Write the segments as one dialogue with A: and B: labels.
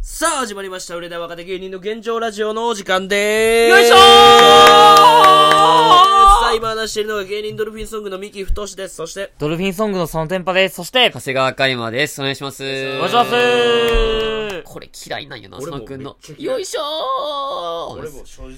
A: さあ、始まりました。売れない若手芸人の現状ラジオのお時間でーす。
B: よいしょー
A: さあ、今話しているのが芸人ドルフィンソングの三木太志です。そして、
B: ドルフィンソングのその電波です。そして、
C: 長谷川海馬です。お願いします。お
B: お
C: 願
B: 願いします
C: これ嫌いなんよな、
A: 俺
C: 佐
A: も
C: 野くんの
A: めっちゃ。嫌い
C: よいしょー
A: 俺も正直、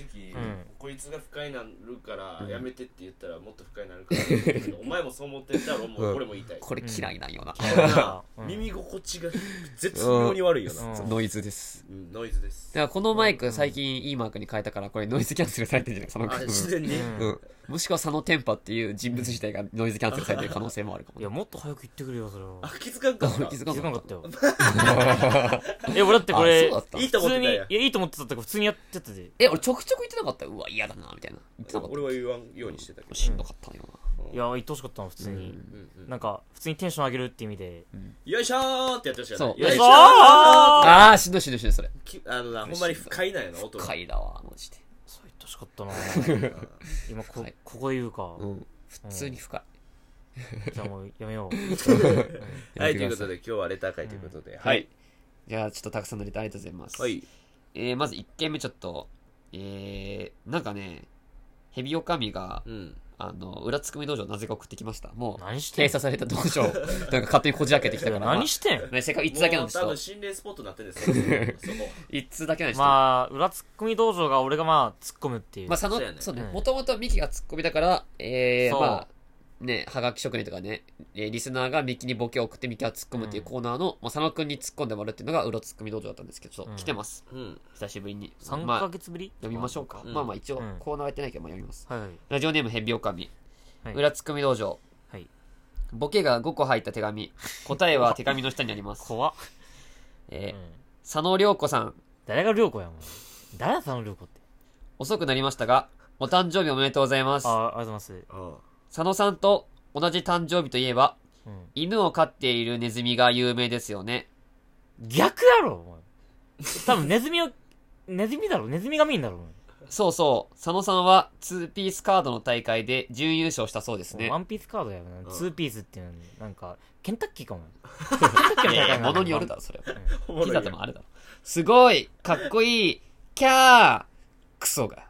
A: こいつが不快になるから、やめてって言ったらもっと不快になるから、お前もそう思ってたら、もう俺も言いたい。
C: これ嫌いなんよな。
A: れな、耳心地が絶妙に悪いよな。
B: うん
C: ノイズです。
A: うん、ノイズです。
C: だからこのマイク最近いいマークに変えたから、これノイズキャンセルされてるんじゃない
A: あ、
C: 佐
A: 自
C: 野くん。
A: 然に。
C: うんもしくは佐野天パっていう人物自体がノイズキャンセルされてる可能性もあるかも
B: いや、。もっと早く言ってくれよ、それは
A: あ。、気づかんかった
C: 気。づ
B: 気
C: か
B: づ
C: な
B: か
C: か
B: な
C: っ
B: か
C: た
B: ったよ。え、俺だってこれ、
C: あそうだった
A: いいと思
B: 普
A: っ
B: 通
A: て
B: に、
A: たん
B: い
A: や
B: や、。いいと思ってたってか、普通にやってたで。
C: え、俺ちょくちょく言ってなかったうわ、嫌だな、みたいな。言ってなかっ
A: 俺は言わんようにしてたけ
C: た。
A: ど。
C: しんどかったのよ
B: いや、言ってほしかったの、普通に。なんか、普通にテンション上げるって意味で。
A: よいしょーってやってほしかった。
C: そう
A: よいしょー
B: よいしょー
C: な。あー、しんどいしんどいしんどい、それ。
A: きあのな、ほんまに不快なんやな、音が。
C: 深いだわ、マジで。
B: そう言ってほしかっ たな今、こ
C: はい、
B: ここで言うか。
C: うん。普通に深い。
B: じゃあもう、やめ よう。
A: はい、ということで、今日はレター会ということで。
C: はい。。じゃあ、ちょっとたくさんのレターありがとうございます。
A: はい。
C: えー、まず1件目ちょっと、えー、なんかね、ヘビオカミが
A: う、ん。
C: あの、裏つくみ道場なぜか送ってきました。もう、
B: 何して
C: 閉
B: ん
C: 鎖された道場、なんか勝手にこじ開けてきたから。
B: 何してん
C: まあね、せっかく1通だけなんです
A: もう
C: よ
A: 多分。心霊スポットになってるんです よ、そこ。
C: 1通だけなんですよ。まあ、
B: まあ、裏ツッコミ道場が俺がまあ、突っ込むっていう。
C: その
A: そうやね、
C: そうね
B: う、ん
C: もともとミキがツッコミだから、えー、
B: そう
C: まあ、ね、はがき職人とかね、えーリスナーがミキにボケを送ってミキは突っ込むっていうコーナーの、まあ、佐野くんに突っ込んでもらうっていうのが裏ツッコミ道場だったんですけど、
B: うん
C: 来てます。
A: うん。
C: 久しぶりに。
B: 3
C: まあ
B: ヶ月ぶり
C: 読みましょうか。
A: うん
C: まあまあ一応
B: うん、
C: コーナーはやってないけど、まあ読みます。
B: はいはい。
C: ラジオネームヘビオカミ。
B: はい
C: 裏つくみ道場。
B: はい。
C: ボケが5個入った手紙。答えは手紙の下にあ ります。
B: 怖っ。う
C: えー
B: ん
C: 佐野良子さん、
B: 誰が涼子やもん。誰だ、その涼子って。
C: 遅くなりましたが、お誕生日おめでとうございます
B: あ。あ、ありがとうございます。
A: あ
C: 佐野さんと同じ誕生日といえば、
B: うん。
C: 犬を飼っているネズミが有名ですよね。
B: 逆やろ、お前。 多分ネズミを、ネズミだろ、ネズミがメインだろ、お前
C: そうそう、佐野さんは2ピースカードの大会で準優勝したそうですね
B: ワ。ンピースカードやな、
A: ん
B: ツーピースっていうのに、なんか、ケンタッキー かも。ケンタッキー
C: い
B: みた
C: やい
B: い
C: や、
B: な。
C: 物によるだろ、それは。
A: あ。
C: ピザでもあるだろ。すごいかっこいいキャークソが。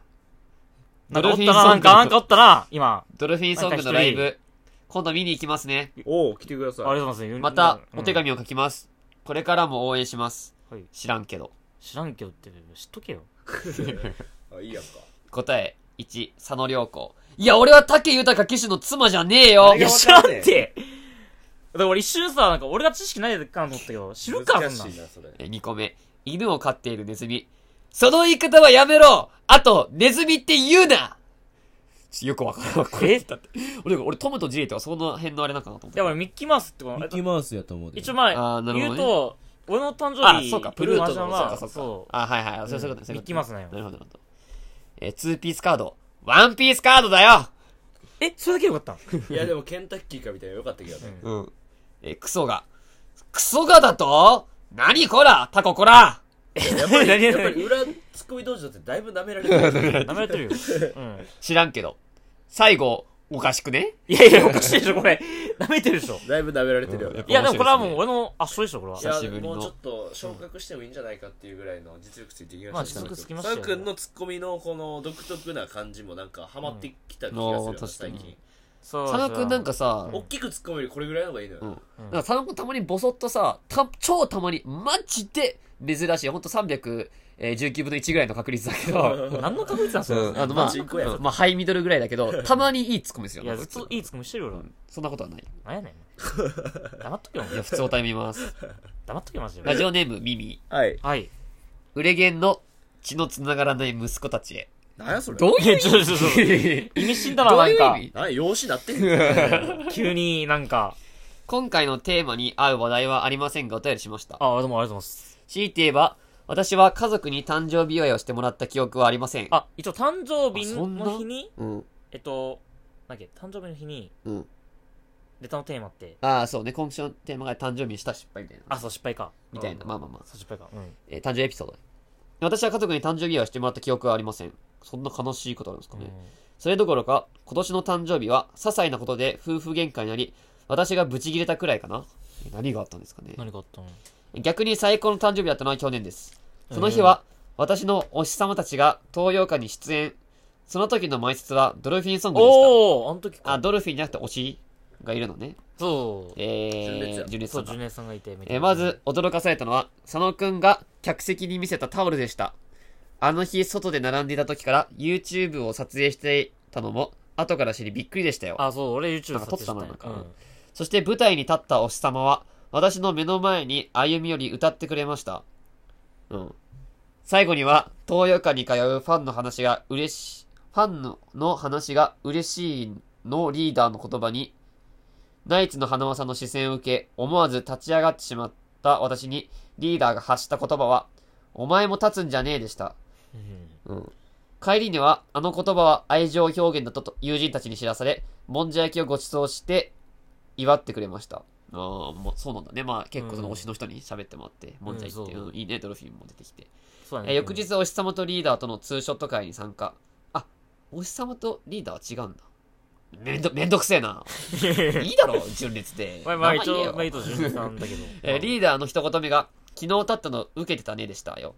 B: なんかおったな、なんか、なんかおったな、今。
C: ドルフィンソングのライブ、今度見に行きますね。
A: おお、来てくださ
B: あり
A: い。
B: がとうございます。
C: また、
B: うん
C: お手。紙を書きます。これからも応援します。
B: はい
C: 知らんけど。
B: 知らんけどって、知っとけよ。
A: あ、いいやんか。
C: 答え、1、佐野良子。いや、俺は竹豊騎手の妻じゃねえよ
A: い
B: い
A: や
B: や、
A: わ
B: 知
A: から
B: らん
A: んね
B: ってだから俺一瞬さ、なんか俺が知識ないでかなと思ったけど、知るか、
A: 難
B: そん
A: しい
B: なん。
A: な、それ。
C: え2個目、犬を飼っているネズミ。その言い方はやめろあと、ネズミって言うなちょっとよくわからんわ。これ、だって。俺、俺、トムとジェリーとかその辺のあれなんかなと思っ
B: いや、俺
C: て。
B: ミッキーマウスってこの、
A: マウスやと思う
B: 一応ま
C: あ
B: あ、
C: ーなるほ
B: 言う
C: どね
B: と、俺の誕生
C: あ、
B: 日、
C: そうか、プルートの、
B: マジャンは
C: そうか、そうか。
B: そう。
C: あ、はいはい、そうそういう
B: う
C: ことね
B: ん
C: そういうこと
B: ミッキーマウスなんよ
C: なるほど、なるほど。えー、2ピースカード。ワンピースカードだよ
B: え、それだけよかったん
A: いや、でもケンタッキーかみたいなよかったけ どね。
C: うん。えークソが。クソがだと何こらタコこら
A: やっぱり、
B: 何
A: やっ
B: 々
A: ぱり裏ツッコミ道場ってだいぶ舐められてる。
B: 舐められ てるよ。うん。
C: 知らんけど。最後、おかしくね
B: いやいや、おかしいでしょ、これ。舐めてるでしょ。
A: だいぶ舐められてるよ
C: うんや
A: ね
C: っ。ぱ
B: いや、でもこれはもう俺の圧勝でしょ、これは。
A: い
C: や
A: や
C: 久しぶり
A: も
C: の
A: うちょっと昇格してもいいんじゃないかっていうぐらいの実力ついてき
B: ま
A: ま
B: あ
A: した
B: 実
A: ね
B: 力つきました
A: 佐
B: よ
A: 野くんのツッコミのこの独特な感じもなんかハマってきた気がするよ
C: う
A: なん最近
B: そう。
C: 佐野くんなんかさ、
A: 大きく突っ込むよりこれぐらいの方がいいのよ、
C: うん。なんか佐野くんたまにボソッとさ、た、超たまに、マジで珍しい。ほんと319分の1ぐらいの確率だけ ど、
B: そう。何の確率なんすか
C: うんあの、ま
A: マ
C: あ、
A: ジこや
C: うんまあ、ハイミドルぐらいだけど、たまにいいツッコミですよ。
B: いや、ずっといいツッコミしてるよ、俺は。
C: そんなことはない。い
B: なんやねん。黙っとけよ、お前
C: や、普通おタイ見ます。
B: 黙っとけ、マジ
C: ラジ
B: で。
C: オネーム、ミミ。
A: はい
B: はい。
C: 売れゲンの血の繋がらない息子たちへ。
A: 何やそれ
C: どう
B: い
C: いう
B: やちょちょちょ ちょ
C: 意味
B: 意味死んだな、
C: どう
B: ないん
C: う
B: か
C: 意。味
A: 何養子なってん の
B: 急になんか。
C: 今回のテーマに合う話題はありませんがお便りしました。
B: あ、どうもありがとうございます。
C: 強いて言えば、私は家族に誕生日祝いをしてもらった記憶はありません。
B: あ、一応誕生日
C: あそんな
B: の日に、
C: うん。
B: えっと、なんだっけ、誕生日の日に、
C: うん。
B: レターのテーマって、
C: ああ、そうね。今週のテーマが誕生日にした失敗みたいな。
B: あ、そう、失敗か。
C: みたいな。まあまあまあ。
B: そう、失敗か。うん。
C: えー誕生日エピソード。私は家族に誕生日祝いをしてもらった記憶はありません。そんな悲しいことあるんですかね。それどころか、今年の誕生日は、些細なことで夫婦喧嘩になり、私がブチ切れたくらいかな。え何があったんですかね。
B: 何があったの
C: 逆に最高の誕生日だったのは去年です。その日は、私のお師様たちが東洋館に出演。その時の前説はドルフィンソングでし
B: おおあの時
C: た。あ、
B: か
C: ドルフィンじゃなくて推しがいるのね。
B: そう
A: 純烈
C: え
A: や
C: ー、純烈
B: そ
C: さ
B: うん
C: だ
B: 純。烈さんがいてみたいな
C: えーまず驚かされたのは佐野くんが客席に見せたタオルでしたあの日外で並んでいた時から YouTube を撮影してたのも後から知りびっくりでしたよ
B: あそう俺 YouTube
C: なんか撮ってたな
B: 撮
C: なんかそして舞台に立ったお師様は私の目の前に歩み寄り歌ってくれましたうん最後には東洋館に通うファンの話が嬉しいファンのの話が嬉しいのリーダーの言葉にナイツの花輪さんの視線を受け、思わず立ち上がってしまった私に、リーダーが発した言葉は、お前も立つんじゃねえでした。
B: うん
C: うん。帰りには、あの言葉は愛情表現だったと友人たちに知らされ、もんじゃ焼きをご馳走して、祝ってくれました。ああ、もうそうなんだね。まあ結構その
B: うん
C: 推しの人に喋ってもらって、もんじゃ焼きって、
B: うんそう
C: うんいいね、ドルフィンも出てきて。
B: そうだね。
C: えー翌日、おしさまとリーダーとのツーショット会に参加。あ、おしさまとリーダーは違うんだ。めんど、めんどくせえな。いいだろ、純烈で
B: まあまあ
C: 名
B: 一
C: 前言え
B: 応
C: よ
B: まあ一応純烈さんだけど
C: えーリーダーの一言目が、昨日立ったの受けてたねでしたよ。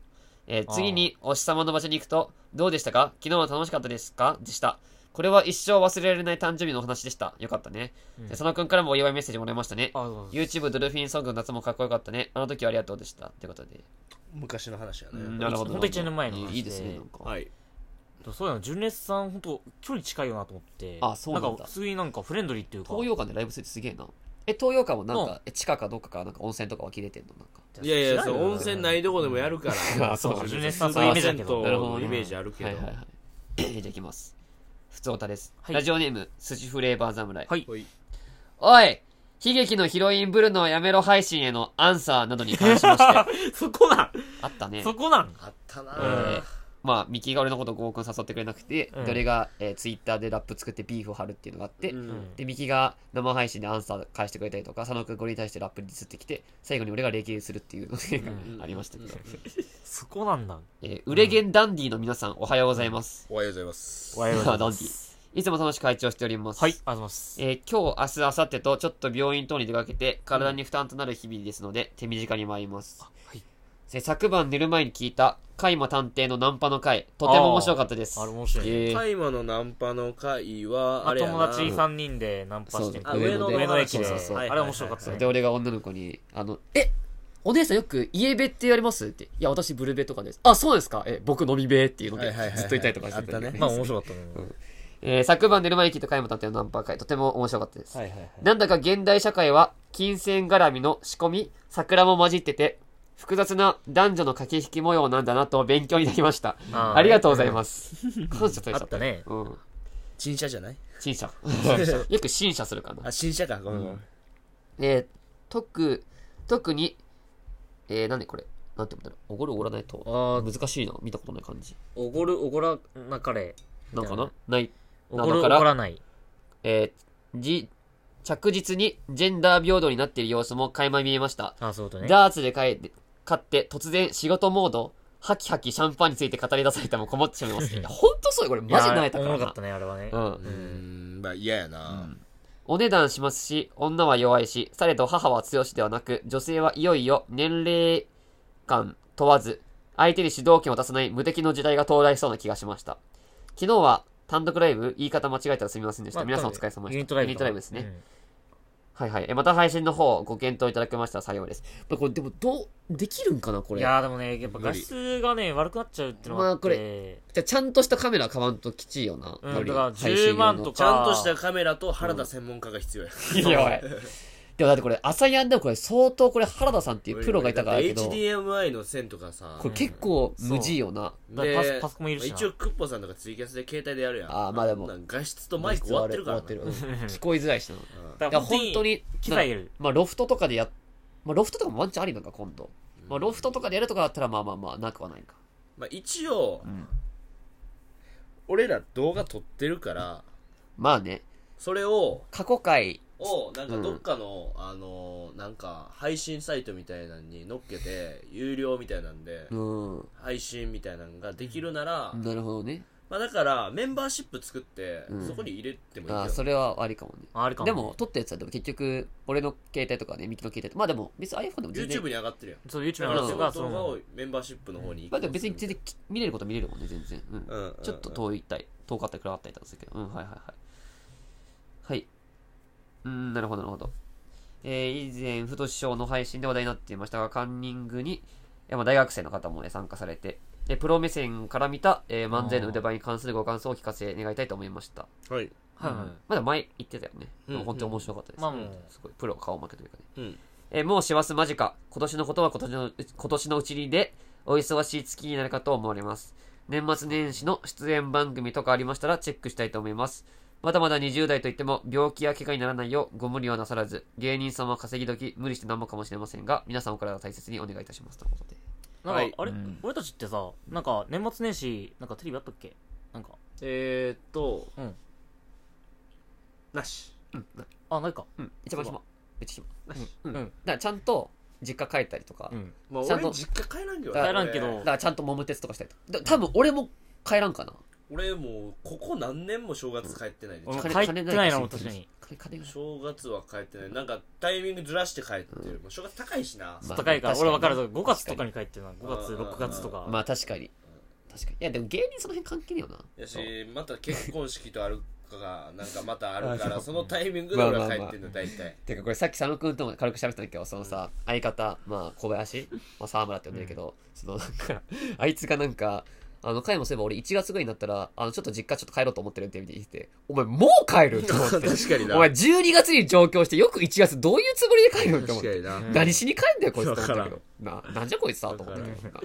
C: えー次に、おし様の場所に行くと、どうでしたか昨日は楽しかったですかでした。これは一生忘れられない誕生日のお話でした。よかったね。
B: うん
C: で佐野くんからもお祝いメッセージもらいましたね。
B: あそうそう
C: YouTube ドルフィンソングの夏もかっこよかったね。あの時はありがとうでした。ってことで。
A: 昔の話やね、
C: なるほど。
B: ほんと一年前の話で
C: いいですね。なんか
A: はい
B: そうだな純烈さん本当距離近いよなと思って
C: あそうなんだ
B: か普通になんかフレンドリーっていうか
C: 東洋館でライブするってすげえな。え、東洋館もなんか、え地下かどっかからなんか温泉とか湧き出てんのなんか。
A: いやいやそう温泉ないとこでもやるから
C: あそう
B: か純
A: 純烈
B: 烈さ
A: さ
B: ん
A: ん
B: そういうイメージだけど
A: の
C: なるほどね
A: イメージあるけど、
C: はいはいはい。じゃあいきます。普通歌です。
B: はい
C: ラジオネーム、寿司フレーバー侍。
B: はい
A: ほい
C: おい悲劇のヒロインブルのやめろ配信へのアンサーなどに関 しまして。
B: そこなん
C: あったね。
B: そこなん
A: あった
C: え
A: なぁ、
C: ーまあ、ミキが俺のこと合コン誘ってくれなくて、
B: うん
C: どれが、えー、ツイッターでラップ作ってビーフを張るっていうのがあって、
A: うん
C: で、ミキが生配信でアンサー返してくれたりとか、佐野くんこれに対してラップにずってきて、最後に俺が礼儀するっていうの
B: う
C: が ありましたけど。
B: そこなんだ
C: えー、売れゲンダンディの皆さん、おはようございます。
A: おはようございます
B: おはようございます
C: いつも楽しく会長しております。
B: はいありがとうございます
C: えー今日、明日、明後日と、ちょっと病院等に出かけて、体に負担となる日々ですので、手短に参ります。
B: はい
C: え昨晩寝る前に聞いた、カイマ探偵のナンパの回、とても面白かったです。
B: あれ面白いね
C: えー
A: 大麻のナンパの会はあれや
B: 友
A: な
B: 達3人でナンパしてみた
A: あ
B: いな
A: 上野
C: 上
B: 上
C: 野
B: 野
C: で
B: 駅で
C: そうそうそう
B: あれ面白かった
A: は
B: ね
C: で、俺が女の子に、あの、えお姉さんよく家べってやりますって。いや、私ブルベとかです。あ、そうですかえ、僕飲みべっていうので、
A: はいはいはいはい
C: ずっといたりとかして
A: あったね
B: まあ面白かったね
C: えー昨晩寝る前に聞いた回も探偵のナンパ会、とても面白かったです。
A: はいはいはい
C: なんだか現代社会は、金銭絡みの仕込み、桜も混じってて、複雑な男女の駆け引き模様なんだなと勉強になりました。
B: あ
C: あ
B: ー
C: りがとうございます。感謝と
B: あったね
C: うん。
A: 新車じゃない
C: 陳謝。よく陳謝するかな。
A: あ新車かごめんごめん
C: えー、特、特に、えー、なんでこれなんて言うんだろう。おごるおごらないと。あー、難しいな。見たことない感じ。
B: おごるおごらなかれ
C: なんかなない。
B: おごるお
C: だ
B: ご
C: から
B: らない
C: えー、じ、着実にジェンダー平等になっている様子も垣間見えました。
B: あそういうことね
C: ダーツで帰って、勝って突然仕事モード、ハキハキシャンパンについて語り出されても困ってしまいます。いやほんとそうよ、これマジ泣いた
B: い
C: か
B: やお
C: ら
B: もろか
C: な
B: った。ねあれはね
C: うん
A: う。んまあ嫌やな、
C: お値段しますし、女は弱いし、されど母は強しではなく、女性はいよいよ年齢間問わず、相手に主導権を出さない無敵の時代が到来しそうな気がしました。昨日は単独ライブ、言い方間違えたらすみませんでした。
B: まあ
C: 皆さんお疲れ様でした。
B: ユニットライブ
C: ユニットライブですね。
B: うん
C: はいはい。えまた配信の方、ご検討いただけましたら幸いです。まあこれ、でも、どう、できるんかな、これ。
B: いやーでもねやっぱ画質がね悪くなっちゃうってのがあって
C: まあこじゃあちゃんとしたカメラ買わんときちいよな。
B: うん
C: より
B: だから
C: 配信用
B: 10
C: の
B: 万とか
A: ちゃんとしたカメラと原田専門家が必要や、
C: いや、おい。でもだってこれ、朝やんでもこれ相当これ原田さんっていうプロがいたからだけ
A: だ
C: ど、
A: っ
C: こ
A: て
C: れ
A: HDMI の線とかさ
C: 結構無事よな。
B: だからパソパソコンもいるしな
A: 一応クッポさんとかツイキャスで携帯でやるやん
C: あーまあでも
A: なん画質とマイク終わってるからな
C: 終わってるうん聞こえづらいしな。い
B: だから
C: や、本当に、
B: 機材いる
C: まあロフトとかでや、まあロフトとかもワンチャンありなんか今度。まあロフトとかでやるとかだったらまあまあまあ、なくはないか。
A: まあ、一応、俺ら動画撮ってるから
C: まあね、
A: それを
C: 過去回、
A: をなんかどっかの、あのなんか配信サイトみたいなのに乗っけて有料みたいなんで、
C: うん、
A: 配信みたいなのができるなら、
C: なるほどね。
A: まあだからメンバーシップ作って、
C: うん
A: そこに入れてもいい
C: あ
A: よ
C: あ、それはありかもね。
B: ああるかも。
C: でも、撮ったやつはでも結局、俺の携帯とかね、ミキの携帯とかまあでも、別に iPhone でも全然
A: YouTube。に上がってるやん
B: そう、YouTube
A: だ
B: の
A: から
B: 話
A: そ
B: が、
A: の
B: そ
A: 動画を
B: の、
A: メンバーシップの方に
C: まあでも別に全然き見れることは見れるもんね、全然。うん。
A: うん
C: ちょっと遠いったり、遠かったり暗かったりとかするけど。うん、はいはいはい。はい。うーん、なるほどなるほど。えー、以前、ふと師匠の配信で話題になっていましたが、カンニングに、えーまあ、大学生の方も、えー参加されて、えープロ目線から見た、えー漫才の腕前に関するご感想をお聞かせ願いたいと思いました。
A: はい
B: はい
C: うん
B: はい。
C: まだ前言ってたよね。
A: うん
C: もう本当に面白かったです。
B: まあもう
C: すごい、プロ顔負けというかね。
A: うん
C: えーもう師走間近。今年のことは今年のう今年のうちにで、お忙しい月になるかと思われます。年末年始の出演番組とかありましたらチェックしたいと思います。まだまだ20代といっても病気や怪我にならないようご無理はなさらず、芸人さんは稼ぎ時無理してなんもかもしれませんが、皆さんお体大切にお願いいたします。ということで。
B: なんか、
A: はい
B: あれ、
C: うん
B: 俺たちってさ、なんか、年末年始、なんかテレビあったっけなんか、
A: えー、っと
B: うん。
A: なし
B: あ、ないか。
C: うん、一番暇
B: そ。
C: めっちゃ
A: なし、
C: 暇。うん。
B: うん
C: だからちゃんと実家帰ったりとか、
B: うん。
A: まあ
C: ちゃんと
A: 俺実家帰らんけど
C: 帰
A: な
B: らんけど
C: だからちゃんと桃鉄とかしたりとか。だ多分俺も帰らんかな。
A: 俺俺もうここ何年も正月帰ってないで、
B: 俺も
C: 金
B: 帰ってないな、
C: 金
B: もう
C: ない
B: 確かに。
C: 金金が
A: 正月は帰ってないなんかタイミングずらして帰ってる、もう正月高いしな、
C: まあ
B: 高いから、
C: 確かに
B: 俺分かるぞ。5月とかに帰ってるな。5月、
A: うん
B: 6月とか。
C: まあ確かに。確かに。いや、でも芸人その辺関係ねえよな。
A: や
C: そう
A: しまた結婚式とあるかがなんかまたあるか
C: あそ
A: ら
C: う
A: そのタイミングで俺は帰ってんの大体、
C: てかこれさっき佐野くんとも軽く喋ったんだけど、そのさ、相方、まあ小林、まあ沢村って呼んでるけど、そのなんか、 あいつがなんか、あの、回もすれば俺1月ぐらいになったら、あの、ちょっと実家ちょっと帰ろうと思ってるって言って、お前もう帰ると思 って。
A: 確かに
C: お前12月に上京してよく1月どういうつもりで帰るのって思って。
A: にな
B: うん
C: 何しに帰んだよ、こいつと思った
A: わ
C: け
A: か
C: ど。な、なんじゃこいつさ、と思ったけど。な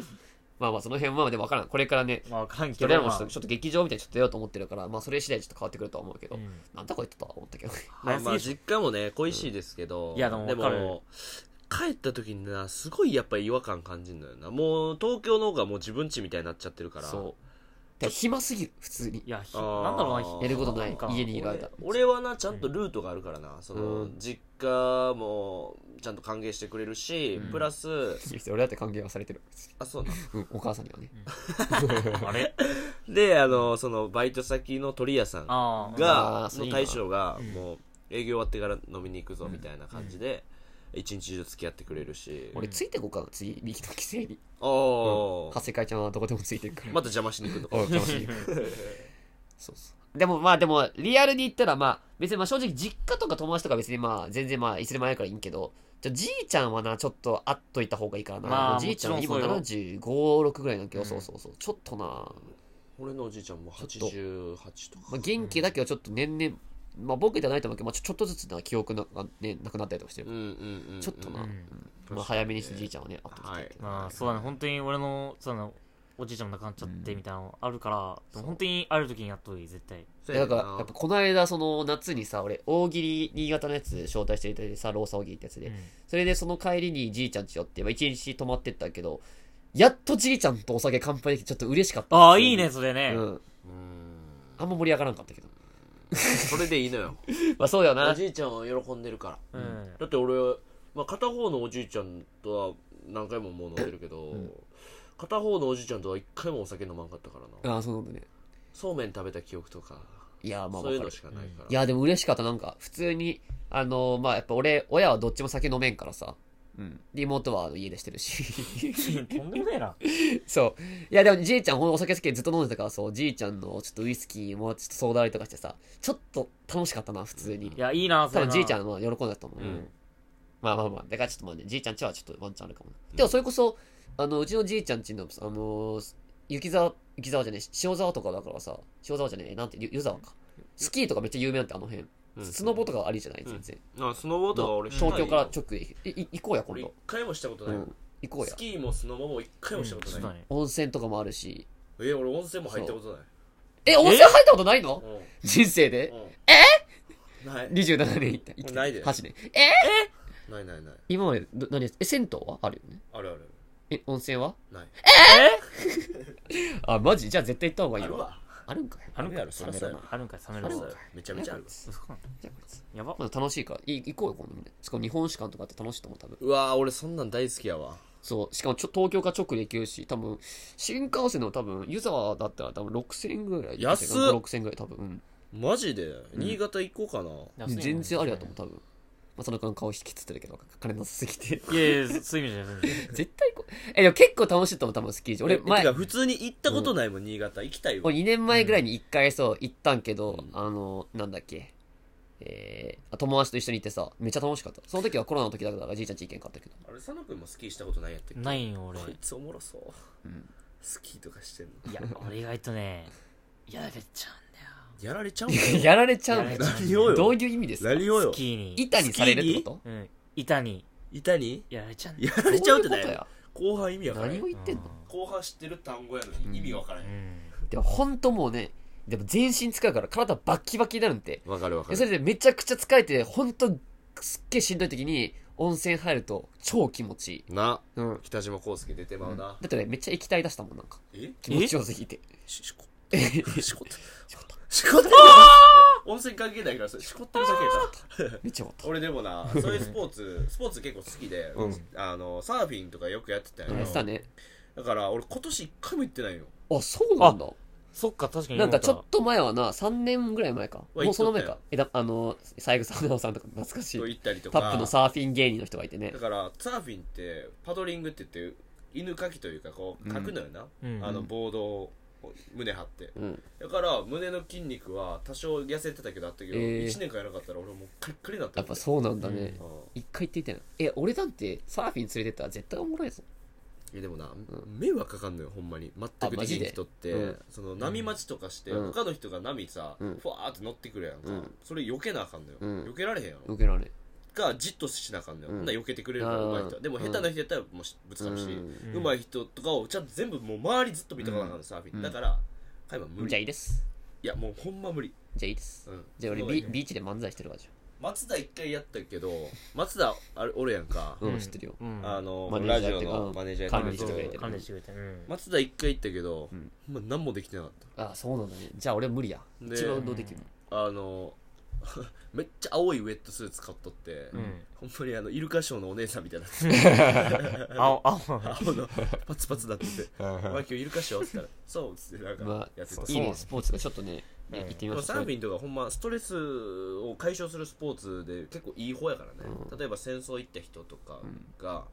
C: まあまあ、その辺はでもわからん。これからね、
B: まあ、分からんけ
C: どれら
B: ど。
C: も
B: ま
C: ち
B: あ
C: ょっとちょっと劇場みたいにちょっと出ようと思ってるから、まあそれ次第ちょっと変わってくるとは思うけど、
B: うん
C: なんだこいつとは思ったけどね。
A: まあ、
B: 早す
A: まあ
B: ぎるし
A: 実家もね恋しいですけど、
B: うんいやでもわかる
A: 帰った時になすごいやっぱ違和感感じるのよなもう東京の方がもう自分家みたいになっちゃってるから
C: そう。てか暇すぎる、普通に
B: い。や、ひ
A: あー
B: なんだろうなひ、
A: や
C: ることない
B: んか
C: 家にいる
A: 俺
C: 間
A: 俺はなちゃんとルートがあるからな、その
C: うん
A: 実家もちゃんと歓迎してくれるし、
B: うん
A: プラス
C: 俺だって歓迎はされてる。
A: あそうな
C: うん、お母さんにはね。
B: あれ
A: であのそのバイト先の鳥屋さん
B: ああ。
A: が
C: あー
A: の
C: いいな
A: 大将が
B: うん
A: もう営業終わってから飲みに行くぞみたいな感じで、一日中付き合ってくれるし、
C: 俺ついてこうかな、次、右の規制に。
A: ああ、
C: 長谷川ちゃんはどこでもついてるから。
A: また邪魔しに来るのか
C: おい楽しい。そうそう。でもまあでも、リアルに言ったらまあ、別にまあ正直実家とか友達とか別にまあ、全然まあ、いつでもないからいいんけど、じゃあじいちゃんはな、ちょっと会っといた方がいいからな。
B: まあ
C: じいちゃんは今
B: もちろん
C: 75、6ぐらいなんだけど、
B: うん
C: そうそうそう。ちょっとな、
A: 俺のおじいちゃんも
C: ちょっと
A: 88とか
C: まあ、元気だけどちょっと年々、まあ僕じゃないと思うけど、まあ、ちょちょっとずつな記憶な,、ね、なくなったりとかしてる
A: うんうんうんうん
C: ちょっとな、
B: うん
C: まあ、早めにじいちゃんはね会っておきたいけど、
B: まあ、そうだね。本当に俺の、そうだね。おじいちゃんも亡くなっちゃってみたいなのあるから、でも本当にある時にやっといい、絶対。
A: そう
C: で
A: や
C: だ
A: な
C: からやっぱこの間その夏にさ俺大喜利新潟のやつ招待していただいてさローサ大喜利ってやつで、
B: うん
C: それでその帰りにじいちゃんち寄って、まあ、一日泊まってったけどやっとじいちゃんとお酒乾杯できてちょっと嬉しかった
B: ああ、いいね、それね
C: う。ん
A: うん
C: あんま盛り上がらんかったけど
A: それでいいの よ
C: まあそうだよ
A: お
C: な
A: じいちゃんは喜んでるから
B: うん。
A: だって俺、まあ、片方のおじいちゃんとは何回ももう飲んでるけど、片方のおじいちゃんとは一回もお酒飲まんかったからな
C: ああそうなんだね
A: そうめん食べた記憶とか、
C: いやまあわか
A: そういう
C: る
A: のしかないから、
C: いや、でも嬉しかった。なんか、普通に、あのまあ、やっぱ俺、親はどっちも酒飲めんからさ。うん。で、妹はあの家でして るし。
B: とんでもねえな。
C: そう。いや、でもじいちゃん、ほんとお酒好きでずっと飲んでたから、そう、じいちゃんのちょっとウイスキーもちょっとソーダ割りとかしてさ、ちょっと楽しかったな、普通に。
B: いや、いいな、そ
C: 多
B: れ
C: 分
B: な。
C: じいちゃんは喜んだと思う。
A: うん
C: まあまあまあ、だからちょっとまあね、じいちゃんちはちょっとワンチャンあるかもな。でもそれこそ、あの、うちのじいちゃんちの、あのー雪沢、雪沢じゃねえ、塩沢とかだからさ、塩沢じゃねえ、なんて、ゆ湯沢か。スキーとかめっちゃ有名なんて、あの辺。
A: うん
C: スノボとかありじゃない全然。
A: あスノボードが俺したいよ
C: 東京から直で行けいい行こうや、今
A: 俺一
C: 度。
A: 回もしたこと
C: う
A: ない、
C: ん。行こうや
A: ス。キーもスノボも一回もしたこと
B: うんそう
A: な
B: だ
A: い、
B: ね
C: 温泉とかもあるし。
A: え俺温泉も入ったことない
C: え、温泉入ったことないの
A: う、
C: 人生で
A: んうん、ない
C: ?27 年行った。行って
A: ないで
C: 8年。え
A: ないないない
C: 今まで、ど何ですえ、銭湯はあるよね。
A: あるある
C: え、温泉は
A: ない
C: あ、マジじゃあ絶対行った方がいいわ。
A: わ
C: あるんかい。
B: あるんか
A: や
B: い
A: ろそりゃそうやろ
B: あるんかい、冷める
C: あるん
B: わ
C: かい。
A: めちゃめちゃあるわ
B: 嘘か
C: じゃあこいつ。
B: やば。
C: まだ楽しいから、い行こうよ、今度みんな。しかも日本史館とかって楽しいと思う、多分。
A: うわー俺そんなん大好きやわ
C: そう。しかもちょ、東京から直で行けるし、多分、新幹線の多分、湯沢だったら多分6000円ぐらい。
A: 安っ
C: 5 6000円ぐらい多分。
A: マジで新潟行こうかな、
C: うん。全然ありだと思う、多分。まさのくん顔引きつってるけど、金なさすぎて。
B: う。いやいや、そういう意味じゃないそういう意味じゃない。
C: 絶対こう、え、でも結構楽しいと思う、多分スキー場。俺、
A: えて
C: 前、
A: か普通に行ったことないもん、新潟行きたい
C: も
A: わ
C: う2年前ぐらいに1回そう、行ったんけど、
A: うん
C: あの、なんだっけ。えー、あ友達と一緒に行ってさ、めっちゃ楽しかった。その時はコロナの時だから、じいちゃんち意見買ったけど。
A: あれ佐野くんもスキーしたことないやったっけ
B: ないんよ俺
A: こいつおもろそう
C: うん。
A: スキーとかしてんの
B: いや、俺意外とね、やられちゃ
A: やられちゃう
C: やられちゃう
B: やられちゃう
A: 何をよ
C: どういう意味ですか
A: 何
B: うん
A: を
B: だよ。
A: よ
B: スキーに、
C: 板にされるってこ
B: うん、板に
A: 板に
B: やられちゃうんだよ。
A: や
C: と
A: られちゃうってな
C: どういうこと
A: い
C: や
A: 後半意味わからん
C: 何を言ってんの
A: 後半知ってる単語やのに意味わからへ
B: うんん。
C: でも本当もうね、でも全身使うから体バッキバキになるんて。
A: わかるわ
C: でそれでめちゃくちゃ疲れて、本当すっげえしんどい時に温泉入ると超気持ちいい。
A: な
C: うん。
A: 北島康介出てまう
C: だ
A: な、
C: ってね、めっちゃ液体出したもん、なんか。
A: え
C: 気持ちよすぎて。
A: ししこ
C: え
A: しこったしこった温泉関係ないからそれしこってるだけやから
C: めっちゃ思った。
A: 俺でもなそういうスポーツスポーツ結構好きで、
C: うん
A: あのサーフィンとかよくやってたよ
C: やってたね。
A: だから俺今年一回も行ってないよ
C: あ、そうなんだ。
B: そっか、確かに
C: な
B: 思
C: ん
B: た。
C: かちょっと前はな、3年ぐらい前か。
A: わ
C: もうその前
A: 言っ
C: か
A: と。
C: えだ、あの、三枝さんさんとか懐かしい。
A: 行ったりと
C: タ
A: か
C: ップのサーフィン芸人の人がいてね
A: だ。からサーフィンってパドリングって言って犬かきというかこうかくのよな、
B: うん
A: あのボードを胸張って
C: うん。
A: だから胸の筋肉は多少痩せてたけどあったけど、
C: えー
A: 1年間やらなかったら俺もうカリッカリになった
C: やっぱそうなんだね。
A: うん
C: 一回行ってみたいな。え、俺だってサーフィン連れてったら絶対おもろいぞ。
A: いやでもな、迷惑かかんのよほんまに全く
C: あマ
A: で
C: ジ
A: き
C: で
A: ん人って、
C: うん
A: その波待ちとかして、
C: うん
A: 他の人が波さ、
C: うん
A: ふわーって乗ってくるやんか、
C: うん
A: それ避けなあかんのよ、
C: うん
A: 避けられへんやろ
C: 受けられん。
A: がじっとしなあかんのよ、
C: うん
A: ほんなら避けてくれるから上手い人
C: う
A: は
C: ん
A: でも下手な人やったらもうしぶつかるし、
C: う
B: うん
A: 上手い人とかをちゃんと全部もう周りずっと見とかなあかんの、サーフィンだから加山無
C: んじゃあ
A: 理
C: いいです。
A: いやもうほんま無理、
C: じゃあいいです。
A: うん
C: じゃあ俺
A: そうだ
C: ビ
A: よ
C: ビーチで漫才してるわじ
A: 松田一回やったけど松田あれ俺やんか、
C: ゃん。うん、知ってるよ。
B: うん
A: あの
C: マネー
A: ラ
C: ジ
A: ジ
C: ャーや
A: オ
C: って
A: の
C: うん
A: マネージャーや
C: 管
A: っ
C: 理
A: て
C: して
A: た
C: くれ
A: け
C: てる
A: ど
B: 管理してくれてる。うん
A: 松田一回行ったけど、
C: うん
A: まあ、何もできてなかった
C: ああ、そうなんだね。じゃあ俺は無理や。
A: ね
C: 一番運動できる。
A: あの めっちゃ青いウェットスーツ買っとって、
B: うん
A: ほんまにあのイルカショーのお姉さんみたいな
B: 青、 青。
A: 青 のパツパツだってて「お前今日イルカショー?」って言ったら「そう」っつってなん
C: ま
A: かやってた、
C: あ、いい
A: そう
C: ね、スポーツがちょっとね、
B: うん
C: 行ってみ
A: で
C: ま
A: も
C: し
A: サ
C: ょ
A: ー
C: う
A: フ。ィンとかほんまストレスを解消するスポーツで結構いい方やからね、例えば戦争行った人とかが、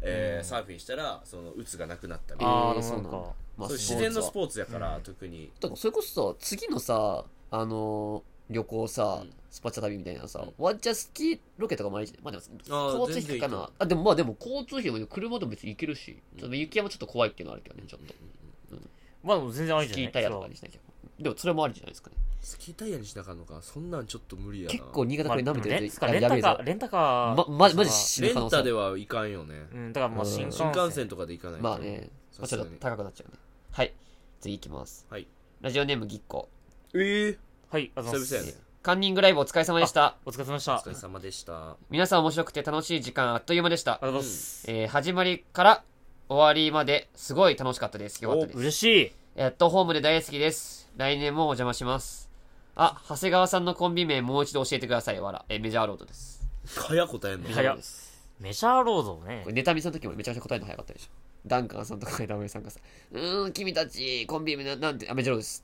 A: えーサーフィンしたらその鬱がなくなったり
B: あー
C: えー
B: でもなんか
C: そうなんだまあ
A: そういう自然のス
C: ー
A: ポーツやから、特に
C: ツはだからそれこそさ、次のさ、あのー、旅行さ
A: うん、
C: スパチャ旅みたいなのさ
A: うん、
C: ワンチャンスキーロケとかもありじゃん。まあでも
A: あ、ー
C: 交通
A: 全然い
C: 費か
A: い
C: な
A: と。
C: あ、でもまあでも交通費も車でも別に行けるし、ちょっと雪山ちょっと怖いっていうのはあるけどね、ちょっと。
B: まあでも全然ありじゃ
C: スキ
B: ない
C: ータイヤとかにしなきゃ。でもそれもありじゃないですかね。
A: スキータイヤにしなあかんのかそんなんちょっと無理やな
C: 結構新潟これ舐めて
B: まあレ
C: るや
B: ン
C: つ
B: つかレンタ
C: やべえ
B: カ
C: ぞ
B: ー、。レンタカー。
C: ま、ま、マジ死
A: レ
C: ぬ可能
A: ン
C: 性あ
A: タ
C: る
A: ではいかんよね、
B: うん、だからまあ
C: うん
B: 新幹
A: 新
B: 線。
A: 幹線とかで行かないと
C: まあね、ま
A: さ
C: あ、ち
A: す
C: ょ
A: が
C: っ
A: に
C: と高くなっちゃうね。はい、次いきます。
A: はい
C: ラジオネームぎっこ。
A: ええ
B: はい、ありがとうご
A: 久
B: ざい
A: 々
B: ま
A: や
B: す。
A: ね
C: カンニングライブお疲れ様でした。
B: お疲れ様でし
A: お
B: た。あ
A: 疲れ様でした
C: 皆さん面白くて楽しい時間あっという間でした
B: りが。とうございます。
C: えー、始まりから終わりまですごい楽しかったです。よかったです。
B: 嬉しい。
C: やっとホームで大好きです。来年もお邪魔します。あ、長谷川さんのコンビ名もう一度教えてください。わら。えー、メジャーロードです。
A: 早答えんの
C: メジャ
B: 早っ
C: ーロードです。
B: メジャーロードをね
C: これ。ネタ見せの時もめちゃくちゃ答えるの早かったでしょ。ダンカンさんとか枝上さんがさ、うーん、君たち、コンビ名ななんて、あ、メジャーロードです。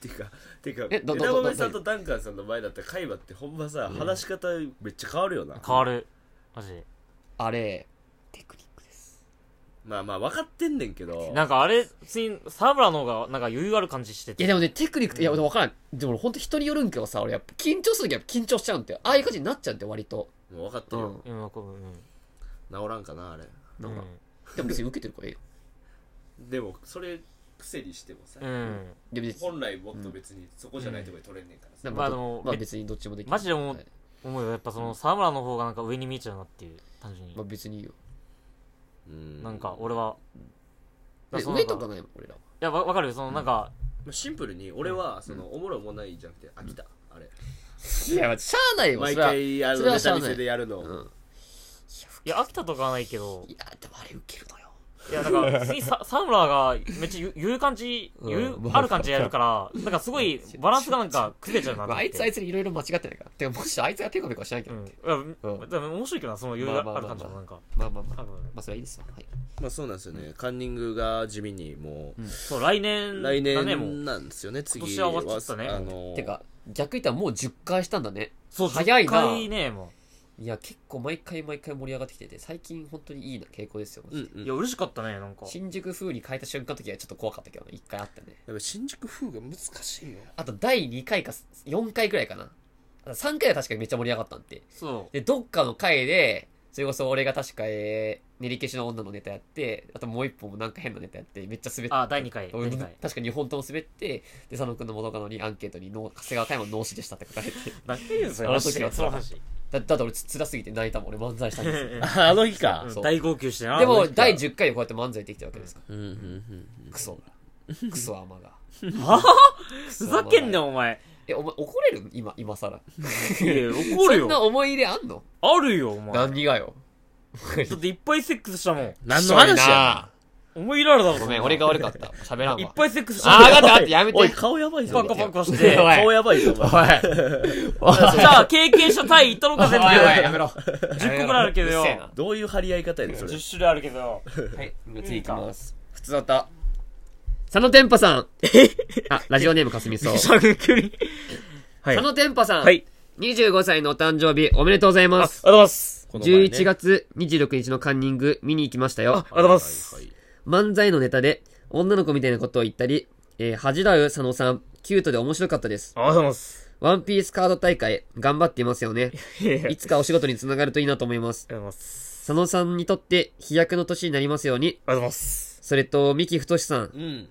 A: てかてか
C: えどど
A: 枝
C: ど
A: 豆
C: ど
A: さんとダンカンさんの前だったら会話ってほんまさ話し方めっちゃ変わるよな
B: 変わる。マジで。
C: あれ、テクニックです。
A: まあまあ分かってんねんけど
B: なんかあれ、つい、沢村の方がなんか余裕ある感じして
C: い
B: て。
C: やでもね、テクニックって、いや、俺分からん。でも俺本当人によるんけどさ、俺やっぱ緊張するときは緊張しちゃうんだよ。ああいう感じになっちゃうんだよ、割と。
A: もう分かってるよ
B: うん、こううん。
A: 治らんかなあれ
C: なんか
B: うん
C: でも別に受けてるからええよ。
A: でもそれ癖にしてもさ
B: うん。
C: でも別に、
A: 本来もっと別にそこじゃないとこで取れんねんから
C: な
A: さ
C: ん
B: まあ
C: か
B: でも
C: まあ
B: べ
C: 別にどっちもできる。
B: マジでもう
C: はい
B: 思うよ。やっぱその沢村の方がなんか上に見えちゃうなっていう、単純に
C: まあ。別にいいよ。
A: うん
B: なんか俺は。だから
C: で
B: そのな
C: 上
B: んか
C: とかないもん、俺らは。
B: いや、わわかるよ。そのなんか、
A: まあシンプルに俺はそのおもろいおもんないじゃなくて飽きたあれ
C: いや、しゃあないよ、
A: 毎
C: それは。い
A: 回あ
C: そ
A: の
C: れは
A: ネ
C: しゃあ
A: タ
C: ない
A: 見せでやる
C: うん
A: の
B: いや、飽きたとかはないけど、
C: や、でもあれ受けるのよ。
B: いや、なんか、 普通にササムラーがめっちゃゆ言う感じ、
C: うん
B: 言う、
C: まあ
B: ある感じでやるから、なんかす ごいバランスがなんか崩れちゃうなと
C: まあ、
B: 思
C: あ
B: っ
C: い
B: て。
C: つあいつにいろいろ間違ってないから。てか、もしあいつがペコペコしないけ
B: う
C: ど、
B: ん。い
C: うん
B: や、でも面白いけどな、その余裕がある感じもなんか。
C: まあまあまあ。
B: あの
C: まあ、それはいいですよ。はい。
A: まあそうなんですよね、カンニングが地味にもう、
B: そう、来年、
A: 来
B: だね、もう
A: 年なんですよね、次
B: 今年は終わっちゃったね
A: あの
C: てか、逆言ったらもう10回したんだね。
B: そう、
C: 早い
B: 10
C: な
B: 回ね、も
C: いや、結構毎回毎回盛り上がってきてて、最近本当にいいな傾向ですよ。マ
A: う
C: ジ
A: ん
C: で
A: う
B: う。
A: ん
B: いや、嬉しかったね、なんか。
C: 新宿風に変えた瞬間の時はちょっと怖かったけどね、1回あったね。
A: やっぱ新宿風が難しいよ
C: あと、第2回か4回くらいかな。3回は確かにめっちゃ盛り上がったんで。
B: そう。
C: で、どっかの回で、それこそ俺が確か、えー、練り消しの女のネタやって、あともう一本もなんか変なネタやって、めっちゃ滑って。
B: あ、第2回、第
C: 俺
B: 2
C: 確
B: 回。
C: か2本とも滑って、で、佐野くんの元カノにアンケートにノー、長谷川太陽脳死でしたって書かれて。
B: だけで
C: あの時は
B: その話。
C: だだって俺つ辛すぎて泣いたもん、俺漫才したんですよ。
A: あの日か
B: うん
C: そう
B: 大号泣してな。
C: で
B: あの
C: も、
B: 時は
C: 第10回でこうやって漫才できたわけですか
A: うんうんうん
C: ら。クソが。クソ甘が。ふ
B: ふざけんな、お前。
C: え、お前怒れる今、今さら。
B: いや怒
C: そ
B: る
C: んな
B: よ。
C: 思い入れあんの
B: あるよ、お前。だ
C: 何がよ。
B: っていっぱいセックスしたもん。
A: 何の話や
B: 思い入れあるだろ、
C: ご
B: そ
C: めん、
B: な
C: 俺が悪か った。喋らんわ。
B: いっぱいセックスし
C: あー、
B: た
C: わか
B: もん。
C: ったわかった、やめ
A: おい
C: て。
A: 顔やばいぞ
B: パカパカし
C: おい
B: て。
A: 顔やばい ぞお
C: おい。
A: 前
C: おい、
B: じゃあ、経験者対言ったのか
C: おい
B: 全部。
C: おいやめろ。
B: 10個ぐらいあるけどよ
C: うっせえな
A: どういう張り合い方やねんそれ
B: 10種類あるけど。
C: はい、。
B: 次行きます
C: 普通だった。佐野天パさん。あ、ラジオネームかすみそう。佐
B: ゃぐくり。はい。
C: 野天パさん。
B: はい。
C: 25歳のお誕生日おめでとうござい
B: あありが
C: ま
B: と
C: す。
B: うございます。
A: この前ね
C: 11月26日のカンニング見に行きました
B: あ
C: よ。
B: りがとうございます
A: はいはい
C: 漫才のネタで女の子みたいなことを言ったり、えー恥じらう佐野さん、キュートで面白かったです。
B: ありがとうございます。
C: ワンピースカード大会、頑張っていますよね。
B: いやいやありが
C: い
B: と
C: つかお仕事につながるといいなと思います。
B: うございます。
C: 佐野さんにとって飛躍の年になりますように。
B: ありがとうございます。
C: それと、三木太さん、
A: うん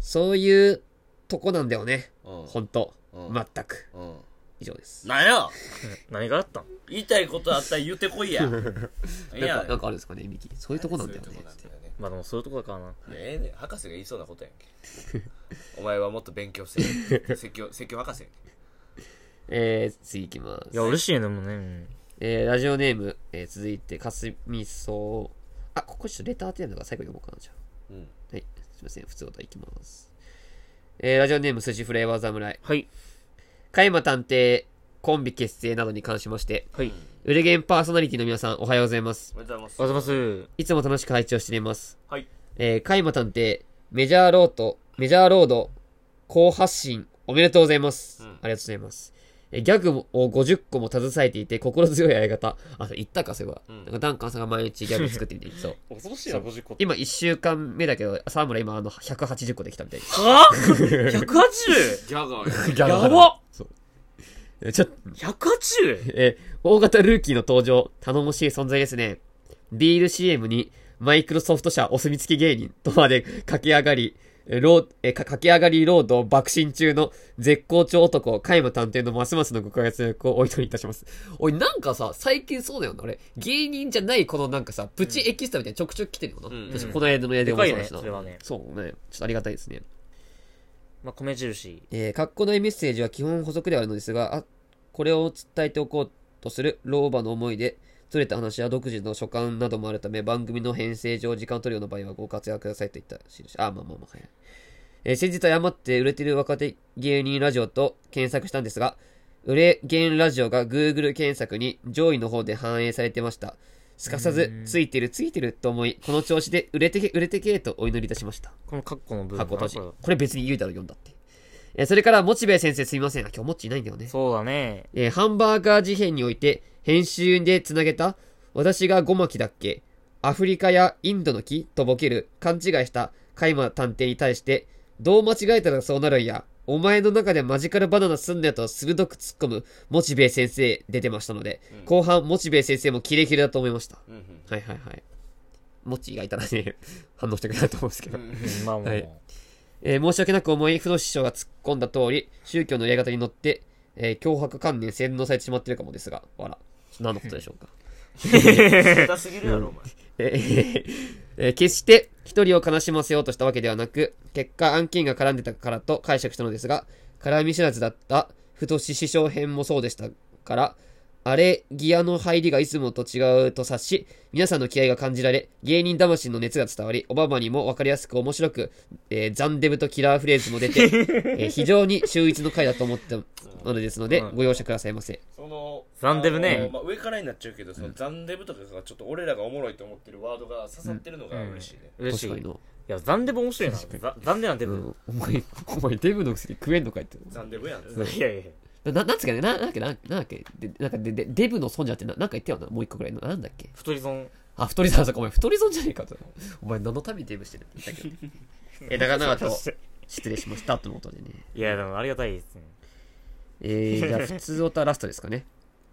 C: そういうとこなんだよね。
A: うん
C: ほんと。
A: うん
C: まったく。
A: うん
C: 以上です。
A: なんや
B: 何があったの
A: 言いたいことあったら言ってこいやい
C: なん
A: や
C: か、なんかあるんですかね、三木。そういうとこなんだよ
A: そう
C: ね
A: いう。とこなんだよね
B: まあでもそういうとこだからな。
A: ええねん博士が言いそうなことやんけお前はもっと勉強せえ説教説 教博士やんけ
C: えー、次行きます
B: いや、。嬉しいね、でもねうん。
C: えー、ラジオネーム、えー、続いて、かすみそう。あ、ここちょっとレターってやるのが最後読もうかな、じゃ
A: うん
C: あ。はい。すいません、普通歌いきます。えー、ラジオネーム、寿司フレーバー侍。
B: はい。
C: カイマ探偵、コンビ結成などに関しまして、
B: はい。ありが
C: ウレゲンパーソナリティの皆さん、おはようございます。
A: おめでとうございます
B: とうございます。
C: いつも楽しく拝聴しています。
A: はい
C: えー、カイマ探偵、メジャーロード、メジャーロード、高発信、おめでとうございます。
A: うん
C: ありがとうございます。えーギャグを50個も携えていて、心強い相方。あ、そう言ったか、そういえば。
A: うん
C: なんかダンカンさんが毎日ギャグ作ってみて言ってそう。
B: 恐ろし
C: いな
B: 50個
C: 今1週間目だけど、沢村今あの、180個できたみ たいです。
B: はぁ ?180!
A: ギャガーや
C: ギ
B: やば
C: えちょっと、
B: !180!
C: えー大型ルーキーの登場、頼もしい存在ですね。ビール CM に、マイクロソフト社お墨付き芸人とまで駆け上がり、えーローえーか駆け上がりロードを爆心中の絶好調男、カイマ探偵のますますのご活躍をお祈りいたします。おい、なんかさ、最近そうだよな、あれ。芸人じゃないこのなんかさ、プチエキストラみたいなちょくちょく来てるよな。
A: うん
C: 私この間の絵で
B: で
C: も
B: かい
C: そうだ
B: ね、
C: しな
B: それはね。
C: そうね。ちょっとありがたいですね。
B: まあ、米印。
C: えー、かっこないメッセージは基本補足ではあるのですが、あ、これを伝えておこうとする老婆の思いで、ずれた話や独自の所感などもあるため、番組の編成上時間取るような場合はご活躍くださいといった印。あ、まあまあまあ、はい。えー先日誤って売れてる若手芸人ラジオと検索したんですが、売れ芸ラジオが Google 検索に上位の方で反映されてました。すかさ
B: う
C: ず
B: ーん、
C: ついてるついてると思い、この調子で売れてけ、売れてけとお祈りいたしました。
B: このカッコの部分
C: 過去
B: だな
C: 閉
B: これ
C: じこれ別に言うだろ、読んだって。えーそれから、モチベ先生すみません。あ、今日モッチいないんだよね。
B: そうだね。
C: えーハンバーガー事変において、編集でつなげた、私がゴマキだっけアフリカやインドの木とボケる、勘違いした、カイマ探偵に対して、どう間違えたらそうなるんや。お前の中でマジカルバナナすんなよと鋭く突っ込む、モチベ先生出てましたので、
A: うん
C: 後半、モチベ先生もキレキレだと思いました。
A: うん
C: はいはいはい。モッチがいたらね、反応してくれたと思うんですけど
A: う。ん
B: うんまあも
C: は
B: う
C: い。えー申し訳なく思い、不動師匠が突っ込んだ通り、宗教のやり方に乗って、えー脅迫観念洗脳されてしまってるかもですが、わら。何のことでしょうか。
A: 下手すぎるやろお前
C: えーえー決して一人を悲しませようとしたわけではなく、結果案件が絡んでたからと解釈したのですが、絡み知らずだった、太し師匠編もそうでしたから、あれギアの入りがいつもと違うと察し、皆さんの気合が感じられ、芸人魂の熱が伝わり、オバマにも分かりやすく面白く、えーザンデブとキラーフレーズも 出て、えー非常に秀逸の回だと思ったものですので、ご容赦くださいませ。
A: その
B: ザンデブね
A: あのまあ、上からになっちゃうけどそのザンデブとかがちょっと俺らがおもろいと思ってるワードが刺さってるのが嬉しいね、
B: 嬉しい
C: 確かにの。
B: いや残念も面白いなざ残念なデ
C: う
B: ブ
C: ん、お前、お前デブの薬食えんのかいって。
A: ザンデブやん
B: いやいやいや
C: な、なんつうかね、な、なんだっけ、な、なんだっけ、で、なんかで、で、デブの損じゃってな、なんか言ってよな、もう一個くらいの、なんだっけ。
B: 太り損
C: あ、太り損、そこ、お前、太り損じゃねえかと。お前、何のためにデブしてるんだっけ。 え、だからなかった失礼しました、とのことでね。
B: いやでもありがたいですね
C: えー、じゃあ、普通オタラストですかね。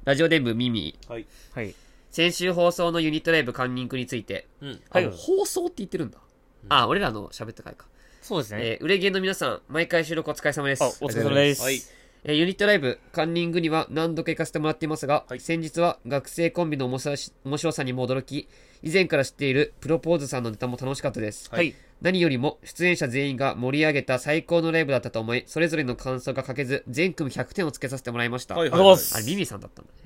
C: ラジオデブミミ。
A: はい
B: はい
C: 先週放送のユニットライブカンニングについて。
A: うん
C: あ、
B: はい
C: 放送って言ってるんだ。あ、俺らの喋った回か。
B: そうですね
C: えー、売れ芸の皆さん、毎回収録お疲れ様です。
B: あお疲れ様です
A: はい
C: えーユニットライブ、カンニングには何度か行かせてもらっていますが、
A: はい
C: 先日は学生コンビの面白し面白さにも驚き、以前から知っているプロポーズさんのネタも楽しかったです。
A: はい
C: 何よりも出演者全員が盛り上げた最高のライブだったと思い、それぞれの感想が書けず、全組100点をつけさせてもらいました。
A: はい
B: ありがとうございます
C: あれ、ミミさんだったんだね。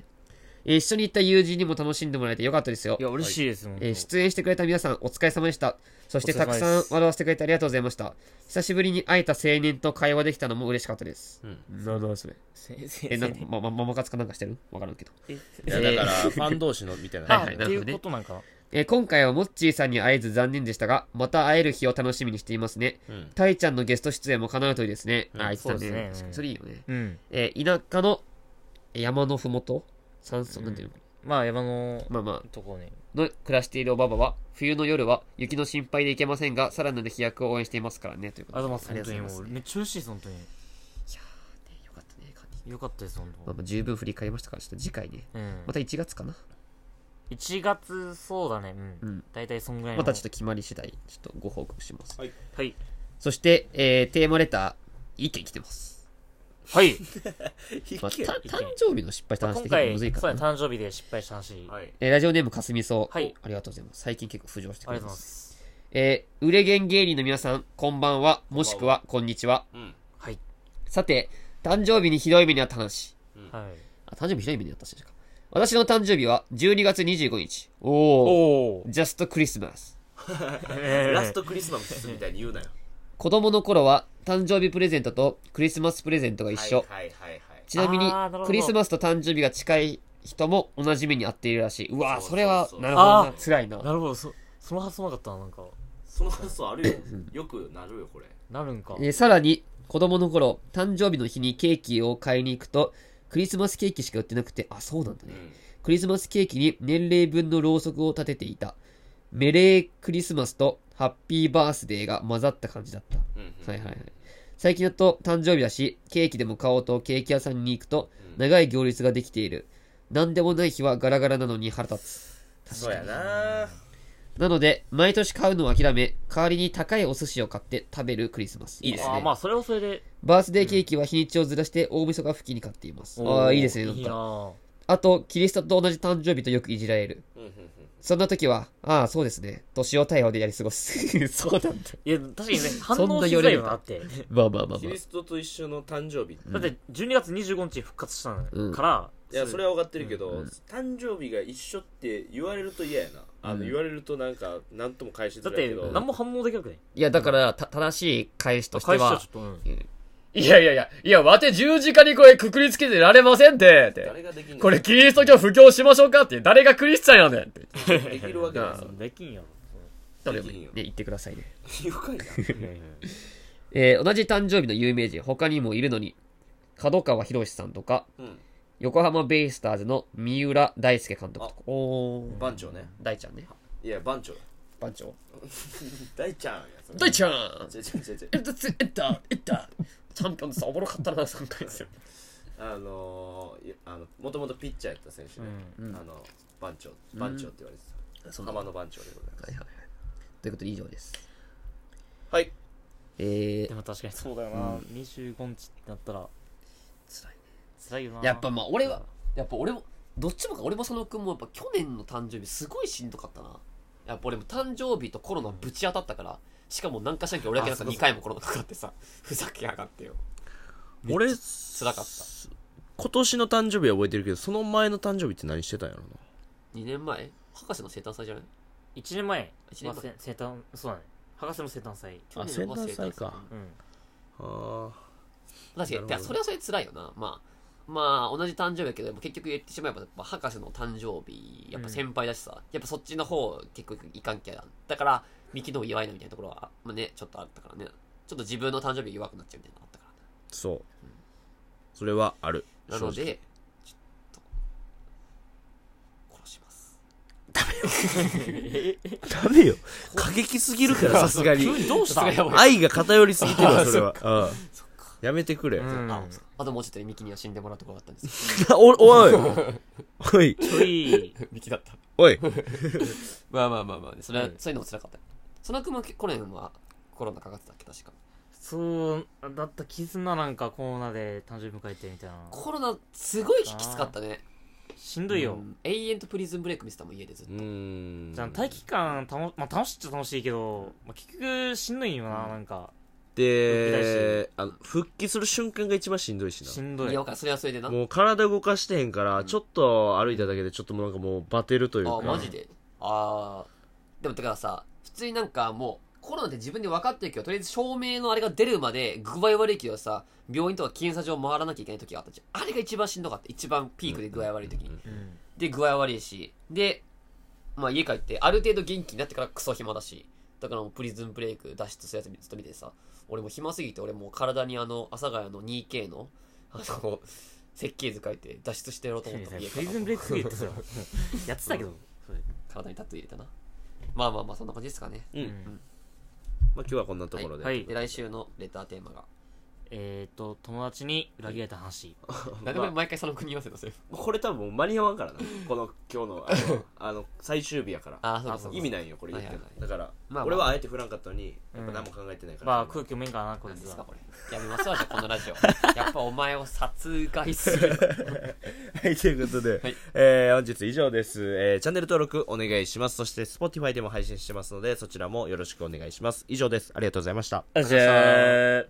C: えー一緒に行った友人にも楽しんでもらえてよかったですよ
B: い。や嬉しいですもん
C: えー出演してくれた皆さんお疲れ様でしたそして
B: お疲れ
C: た
B: 様
C: く
B: です
C: さん笑わせてくれてありがとうございました久しぶりに会えた青年と会話できたのも嬉しかったです
A: うん
C: なるほどそれ
B: 先
C: えなん
B: 生
C: かままママ活かなんかしてるわからんけど、
A: いやだからファン同士のみたいな
B: あ
C: はいはい
B: っていうことなんかな
C: えー今回はモッチーさんに会えず残念でしたがまた会える日を楽しみにしていますね
A: うん
C: タイちゃんのゲスト出演も叶うといいですね、ああ言ってたね
B: そうですねうん
C: 確かにそれいいよね、
B: うん
C: えー田舎のえー山のふもと山村なんていうの、
B: まあ山の
C: まあまあ
B: とこね
C: の暮らしているおばばは、冬の夜は雪の心配で行けませんが、さらなる飛躍を応援していますからね、というこ
B: ありが
C: と
B: と
C: で。
B: うございます本当にもう
C: ありがとうございます
B: めっちゃ嬉しいです本当に
C: いやーね、よかったね、カンニング
B: よかったです本
C: まあ、まあ十分振り返りましたから、ちょっと次回ね。
B: 当うん
C: また1月かな。
B: 1月そうだねう
C: うんん
B: 大体そんぐらいの
C: またちょっと決まり次第、ちょっとご報告します。
A: はい
B: はい
C: そして、えー、テーマレター、一件来てます。
B: はい
C: まあ、
A: 引
C: た
A: け
C: 誕
B: 一件
C: 生日の失敗した話っ
B: 今
C: て結構
B: 回そ
C: むず
B: う
C: い
B: だ
C: から
B: ね
C: な。
B: 誕生日で失敗した話ありがと
A: はい
C: えーラジオネームかすみそう。
B: はい
C: ありがとうございます。最近結構浮上してく
B: うござ
C: れ
B: い
C: てま。
B: ますす
C: えー、売れ芸芸人の皆さん、こんばんは、もしくは、こんにちは。
A: うん
B: はい
C: さて、誕生日にひどい目にあった話。
B: はい
C: あ、誕生日ひどい目にあった話か。私の誕生日は12月25日。おお。
B: おお
C: ジャストクリスマス。
A: ラストクリスマスみたいに言うなよ
C: 子供の頃は誕生日プレゼントとクリスマスプレゼントが一緒。
A: はいはいはいはい
C: ちなみ
B: あ
C: に
B: ーなるほど
C: クリスマスと誕生日が近い人も同じ目に遭っているらしい。うわー
A: そう
C: それは
A: そ、う
C: なるほど
B: あ
C: な。辛いな。
B: なるほどそその発想なかったななんか
A: その発想あるよよくなるよこれ
B: なるんか
C: えーさらに、子供の頃、誕生日の日にケーキを買いに行くと、クリスマスケーキしか売ってなくて、あ、そうなんだ
A: う
C: ね。
A: ん
C: クリスマスケーキに年齢分のろうそくを立てていた。メレークリスマスとハッピーバースデーが混ざった感じだった。
A: うん
C: はいはいはい。最近だと誕生日だし、ケーキでも買おうとケーキ屋さんに行くと、
A: うん
C: 長い行列ができている。何でもない日はガラガラなのに腹立つ。
A: そうやな
C: なので、毎年買うのを諦め、代わりに高いお寿司を買って食べるクリスマス。
A: いいですね
B: あーまあそれはそれで
C: バースデーケーキは日にちをずらして大晦日付近に買っています。ああ、いいですね。なん
B: いい
C: か
B: な
C: あと、キリストと同じ誕生日とよくいじられる。
A: うんうんうん
C: そんな時は、ああ、そうですね。年を対応でやり過ごす。そうなんだ。
B: いや確かにね反
C: そんな
B: 応しづらいよなって
C: まあまあまあ
A: キリストと一緒の誕生日
B: だって12月25日復活した
C: うん
B: のから
A: いやそれ
B: は
A: は分かってるけど、誕生日が一緒って言われると嫌やなあの、言われるとなんか何とも返しづ
B: だっ
A: らい
B: て
A: けど
B: 何も反応できなくね
C: いや、だから、た、正しい返しとして
B: 返しは
C: は
B: ちょっ、とうん
C: いやいやいや、いや、わて十字架にこれくくりつけてられませんって、って。
A: 誰ができんの
C: これキリスト教布教しましょうかって、誰がクリスチャンやねんって。
A: できるわけないさ
B: できんやろ
C: それも
A: できん
C: ね
A: よ、
C: 言ってくださいね。
A: 愉快な
C: えー同じ誕生日の有名人、他にもいるのに、角川博さんとか、
A: うん
C: 横浜ベイスターズの三浦大輔監督とか。おー。
A: 番長ね
C: 大ちゃんね。
A: いや番長
C: 番長。
A: 大ちゃんやそれ
C: 大ちゃん
A: 違う違う違う違う
C: えっと、つえった、えった。チャンピオンズさん、おもろかったな、3回ですよ。
A: あのーいやあのもともとピッチャーやった選手で、
C: うん
A: あの番長番長って言われて
C: そ
A: た、
C: う
A: 浜の番長でございます
C: はいはいはい。ということで、以上です。
A: はい
C: え
B: でも確かにそうだよな25日ってなったら
C: ー、
B: 辛いよな
C: やっぱまあ俺はやっぱ俺もどっちもか俺も佐野くんもやっぱ去年の誕生日すごいしんどかったなやっぱ俺も誕生日とコロナぶち当たったからしかもなんかしなきゃ俺だけなんか
A: あそうそう
C: 2回もコロナかかってさふざけやがってよ
B: 俺
C: 辛かった
A: 今年の誕生日は覚えてるけど、その前の誕生日って何してたんやろ
C: 2年前博士の生誕祭じゃない
B: 1年前
C: 一年前
B: まあせ生誕そうだね博士の生誕祭
A: あ
C: 去年の
A: 生誕祭か
B: うん
A: な。あ
C: 確か
A: なるほ
C: に
A: ど
C: いやそれはそれで辛いよなまあまあ同じ誕生日やけどでも結局言ってしまえばやっぱ博士の誕生日やっぱ先輩だしさ、やっぱそっちの方結構いかんきゃだからミキの祝いのみたいなところは、あまあ、ねちょっとあったからねちょっと自分の誕生日弱くなっちゃうみたいなのあったからね
A: そう。それはある。
C: なの
A: 正直。
C: で、ちょっと、殺します。
A: ダメよ。 過激すぎるから、 さすがに。
B: 急 にどうした
C: さすがやばい
A: 愛が偏りすぎてるわ、それは。うん
C: そっか。
A: やめてくれ。
B: うん
C: ああともうちょっとでミキには死んでもらうところだったんです
A: お、おい。おい。
B: ちょい
C: けど。 ミキだった。
A: おい。
C: まあまあまあまあね、それは、
B: うん
C: そういうのも辛かった。そのくもコロナは、コロナかかってたっけ、確か。
B: そうだった絆なんかコロナで誕生日迎えてみたいな
C: コロナ、すごいきつかったね。
B: しんどいよ、
C: うん永遠とプリズンブレイク見せたもん、家でずっと。
A: ん
B: じゃあ待機期間たま、まあ、楽しいっちゃ楽しいけど、まあ、結局しんどいよな、
C: うん
B: なんか
A: で、あの、復帰する瞬間が一番しんどいしな。
B: しんど
C: い
B: い
C: や、わかるそれはそれでな。あ、
A: もう体動かしてへんから、ちょっと歩いただけでちょっともうなんかもうバテるというか。
C: マジで。あー。でも、だからさ、普通になんかもう、コロナって自分で分かってるけど、とりあえず証明のあれが出るまで、具合悪いけどさ、病院とか検査場回らなきゃいけない時があったじゃん。あれが一番しんどかった。一番ピークで具合悪い時に。
B: うん
C: で具合悪いしで、まあ、家帰ってある程度元気になってからクソ暇だしだからもうプリズンブレイク脱出するやつずっと見てさ俺もう暇すぎて俺もう体にあの阿佐ヶ谷の 2K のあの設計図書いて脱出してやろうと思った家
B: プ
C: か
B: リ
C: ら
B: ズンブレイクすぎるってそれやってたけど、それ
C: 体にタトゥー入れたなまあまあまあそんな感じですかね
A: うん。
B: うん
A: まあ今日はこんなところで。
B: はい
C: で来週のレターテーマが
B: えっ、と友達に裏切られた話、
C: 何でも毎回その国合わせだせ
A: これ多分もう間に合わんからな。この今日の、あの、あの最終日やから。
C: ああそうか
B: あ
C: そ
B: そうう
C: か
A: 意味ないよ、これ言っても
C: はいはい
A: だ
C: は
A: から、
C: まあまあ
A: 俺はあえて振らんかったのに、
B: うん
A: やっぱ何も考えてないから。
B: まあ空気読めんからなこい
C: 何で
B: つ
C: すか
B: は
C: これやめますわじゃあこのラジオやっぱお前を殺害する
A: はい、ということで、
C: はい
A: えー本日以上です、えーチャンネル登録お願いします。そして、Spotify でも配信してますので、そちらもよろしくお願いします。以上です。ありがとうございました。
B: じゃあ